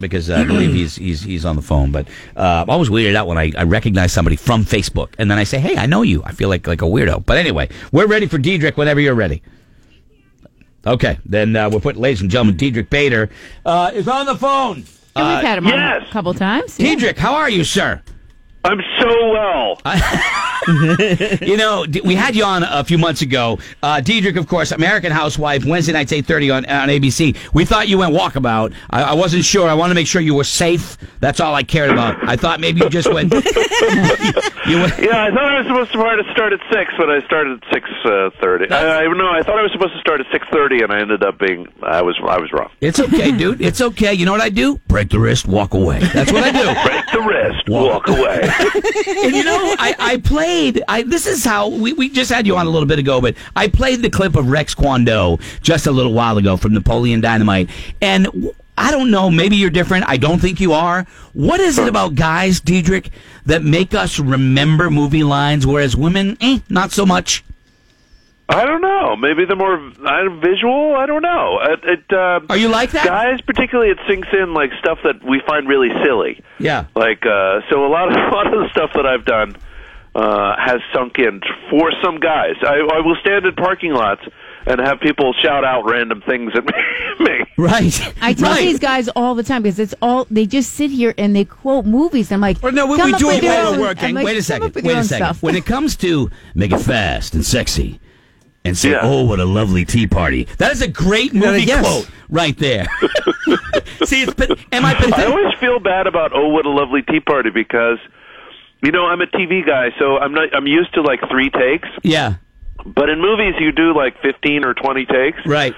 because uh, I believe he's he's he's on the phone. But uh, I'm always weirded out when I, I recognize somebody from Facebook and then I say, "Hey, I know you." I feel like like a weirdo. But anyway, we're ready for Diedrich whenever you're ready. Okay, then uh, we'll put, ladies and gentlemen, Diedrich Bader uh, is on the phone. And Uh, we've had him on yes. a couple times. yeah. Diedrich, how are you, sir? I'm so well. You know, d- we had you on a few months ago. Uh, Diedrich, of course, American Housewife, Wednesday nights, 8.30 on, on ABC. We thought you went walkabout. I, I wasn't sure. I wanted to make sure you were safe. That's all I cared about. I thought maybe you just went... you went yeah, I thought I was supposed to try to start at six, but I started at six uh, thirty. I, I, no, I thought I was supposed to start at six thirty, and I ended up being I was I was wrong. it's okay, dude. It's okay. You know what I do? Break the wrist, walk away. That's what I do. Break the wrist, Walk. walk away. And you know, I, I played. I this is how we, we just had you on a little bit ago, but I played the clip of Rex Kwando just a little while ago from Napoleon Dynamite, and w- I don't know. Maybe you're different. I don't think you are. What is it about guys, Diedrich, that make us remember movie lines, whereas women, eh, not so much? I don't know. Maybe the more uh, visual. I don't know. It, it, uh, Are you like that? Guys, particularly, it sinks in like stuff that we find really silly. Yeah. Like uh, so, a lot of a lot of the stuff that I've done uh, has sunk in for some guys. I, I will stand in parking lots and have people shout out random things at me. Right. I tell right. these guys all the time because it's all they just sit here and they quote movies. I'm like, Or no, we, come we up do with it your while own- we're working. I'm like, Wait a come second. up with Wait your a own second. stuff. When it comes to make it fast and sexy and say, Yeah. oh, what a lovely tea party, that is a great movie yes. quote right there. See, it's, pa- am I I pathetic? always feel bad about oh what a lovely tea party because you know I'm a TV guy, so I'm not I'm used to like three takes. Yeah, But in movies, you do like 15 or 20 takes. right.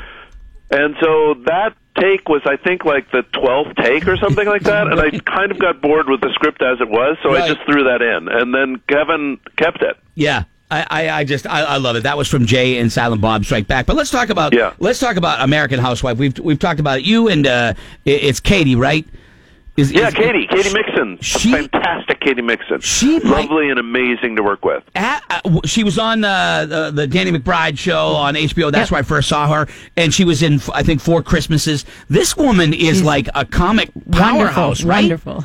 And so that take was, I think, like the 12th take or something like that. And I kind of got bored with the script as it was, so Right. I just threw that in. And then Kevin kept it. Yeah. I, I, I just I, I love it. That was from Jay and Silent Bob Strike Back. But let's talk about Yeah. let's talk about American Housewife. We've we've talked about it. you and uh, i- it's Katie, right? Is, Yeah, is- Katie, Katie Mixon. she- fantastic Katie Mixon. She might- Lovely and amazing to work with. at, uh, w- she was on uh, the, the Danny McBride show Mm-hmm. on HBO. That's where I first saw her, and she was in I think four Christmases. This woman is like a comic powerhouse, wonderful, right? wonderful.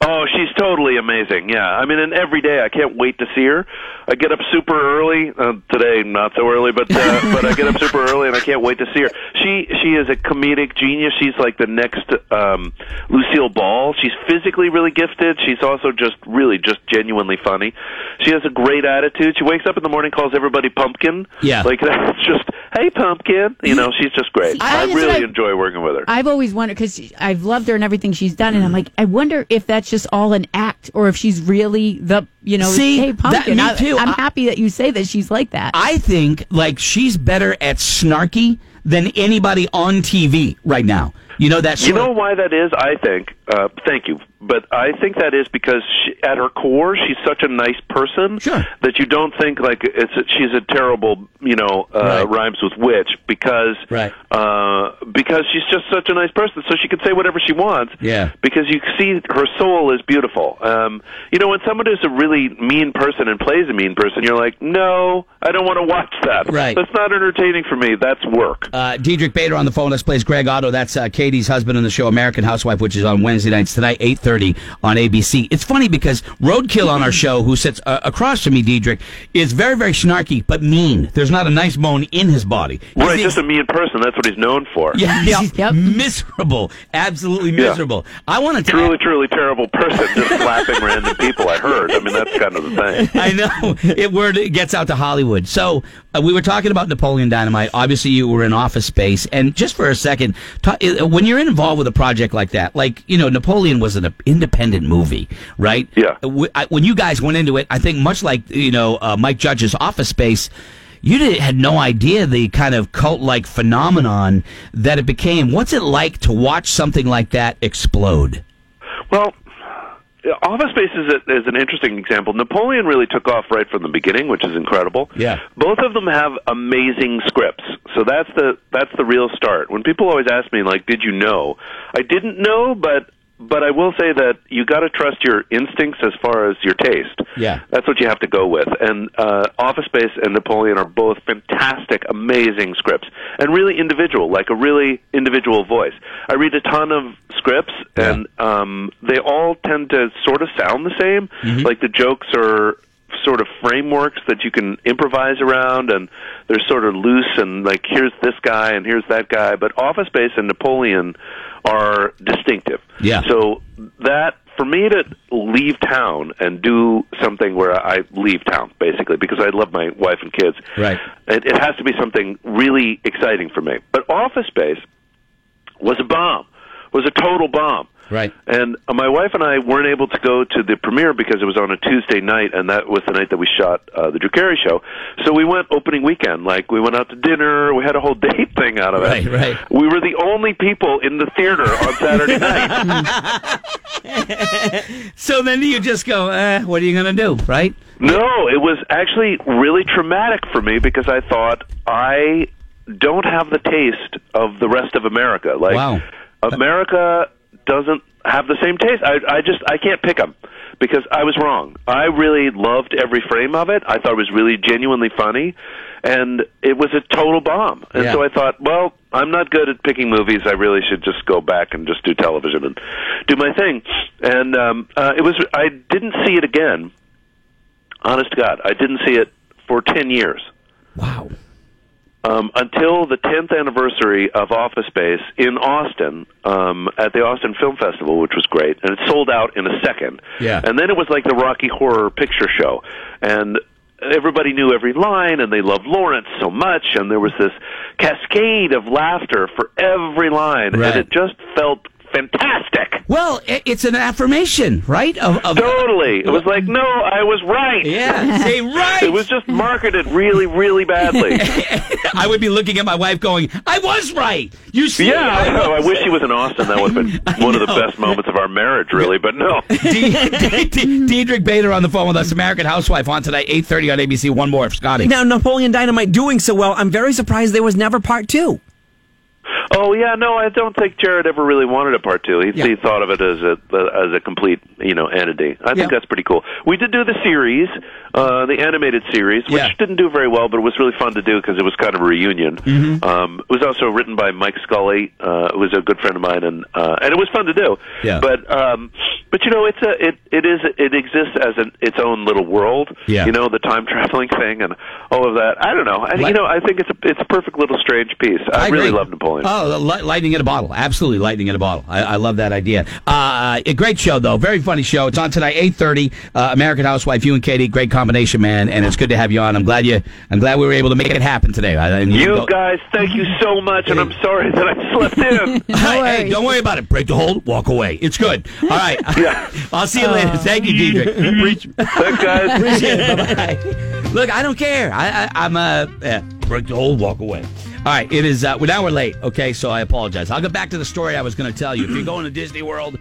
Oh, she's totally amazing. Yeah, I mean, and every day I can't wait to see her. I get up super early uh, today, not so early, but uh, but I get up super early and I can't wait to see her. She she is a comedic genius. She's like the next um, Lucille Ball. She's physically really gifted. She's also just really just genuinely funny. She has a great attitude. She wakes up in the morning, calls everybody pumpkin. Yeah. like that's just hey pumpkin. You know, she's just great. I- I, that's what really I- enjoy working with her. I've always wondered because I've loved her and everything she's done, and I'm like, I wonder if that's just all an act or if she's really the you know, See, hey that- pumpkin. me I, too. I'm I- happy that you say that she's like that. I think like she's better at snarky than anybody on TV right now. You know that You sort know of- why that is? I think. Uh, thank you, but I think that is because she, at her core, she's such a nice person Sure. that you don't think like it's a, she's a terrible, you know, uh, Right. rhymes with witch because Right. uh, because she's just such a nice person, so she can say whatever she wants. Yeah. because you see her soul is beautiful. Um, you know, when someone is a really mean person and plays a mean person, you're like, no, I don't want to watch that. Right. that's not entertaining for me. That's work. Uh, Diedrich Bader on the phone. Us plays Greg Otto. That's uh, Katie's husband on the show American Housewife, which is on Wednesday nights tonight, eight thirty on ABC. It's funny because Roadkill on our show, who sits uh, across from me, Diedrich, is very very snarky but mean. There's not a nice bone in his body. He's Right, the just a mean person. That's what he's known for. Yeah, yeah. Yep. miserable, absolutely Yeah. miserable. I want to truly, truly terrible person just slapping random people. I heard. I mean, that's kind of the thing. I know it word it gets out to Hollywood. So uh, we were talking about Napoleon Dynamite. Obviously, you were in Office Space, and just for a second, ta- uh, when you're involved with a project like that, like you know, Napoleon was an independent movie, right? Yeah. Uh, wh- I- When you guys went into it, I think much like you know uh, Mike Judge's Office Space. You did, had no idea the kind of cult-like phenomenon that it became. What's it like to watch something like that explode? Well, Office Space is, a, is an interesting example. Napoleon really took off right from the beginning, which is incredible. Yeah. Both of them have amazing scripts, so that's the that's the real start. When people always ask me, like, "Did you know?" I didn't know, but but I will say that you got to trust your instincts as far as your taste. Yeah. that's what you have to go with. And uh, Office Space and Napoleon are both fantastic, amazing scripts, and really individual, like a really individual voice. I read a ton of scripts, Yeah. and um, they all tend to sort of sound the same. Mm-hmm. Like the jokes are sort of frameworks that you can improvise around and they're sort of loose and like here's this guy and here's that guy but office space and napoleon are distinctive Yeah. so that for me to leave town and do something where i leave town basically because i love my wife and kids Right. it, it has to be something really exciting for me but office space was a bomb was a total bomb Right. and uh, my wife and I weren't able to go to the premiere because it was on a Tuesday night, and that was the night that we shot uh, the Drew Carey show. So we went opening weekend. Like we went out to dinner. We had a whole date thing out of Right, it. right. We were the only people in the theater on Saturday night. So then you just go, eh, what are you going to do, right? No, it was actually really traumatic for me because I thought I don't have the taste of the rest of America. Like Wow. America doesn't have the same taste. I I just I can't pick 'em because I was wrong. I really loved every frame of it. I thought it was really genuinely funny and it was a total bomb. And Yeah. so I thought, well, I'm not good at picking movies. I really should just go back and just do television and do my thing. And um uh it was I didn't see it again honest to God, I didn't see it for 10 years. Wow. Um, until the 10th anniversary of Office Space in Austin um, at the Austin Film Festival, which was great. And it sold out in a second. Yeah. And then it was like the Rocky Horror Picture Show. And everybody knew every line, and they loved Lawrence so much. And there was this cascade of laughter for every line. Right. And it just felt fantastic. Well, i- it's an affirmation, right? Of, of Totally. It was like, no, I was right. yeah, say right. It was just marketed really, really badly. I would be looking at my wife, going, "I was right." You see, Yeah, I know. I was wish he was in Austin. That would have been one of the best moments of our marriage, really. But no. D- D- D- Diedrich Bader on the phone with us, American Housewife, on tonight, 8.30 on ABC. One more, Scotty. Now, Napoleon Dynamite doing so well, I'm very surprised there was never part two. Oh yeah, no. I don't think Jared ever really wanted a part two. He, Yeah. he thought of it as a as a complete you know entity. I think Yeah. that's pretty cool. We did do the series, uh, the animated series, which Yeah. didn't do very well, but it was really fun to do because it was kind of a reunion. Mm-hmm. Um, it was also written by Mike Scully, uh, who was a good friend of mine, and uh, and it was fun to do. Yeah. But um, but you know, it's a it it is it exists as an its own little world. Yeah. You know, the time traveling thing and all of that. I don't know. I, Like- you know, I think it's a it's a perfect little strange piece. I, I really agree. love Napoleon. Oh, li- lightning in a bottle. Absolutely, lightning in a bottle. I, I love that idea. Uh, a great show, though. Very funny show. It's on tonight, 8.30. Uh, American Housewife, you and Katie. Great combination, man. And it's good to have you on. I'm glad you. I'm glad we were able to make it happen today. I- and You go- guys, thank you so much, and I'm sorry that I slept in. Hey, hey, worries. don't worry about it. Break the hold, walk away. It's good. All right. Yeah. I'll see you later. Thank you, Diedrich. Thanks, guys. Bye-bye. Look, I don't care. I, I, I'm uh, eh, break the whole walk away. All right, it is. Uh, well, now we're late. Okay, so I apologize. I'll get back to the story I was going to tell you. If you're going to Disney World,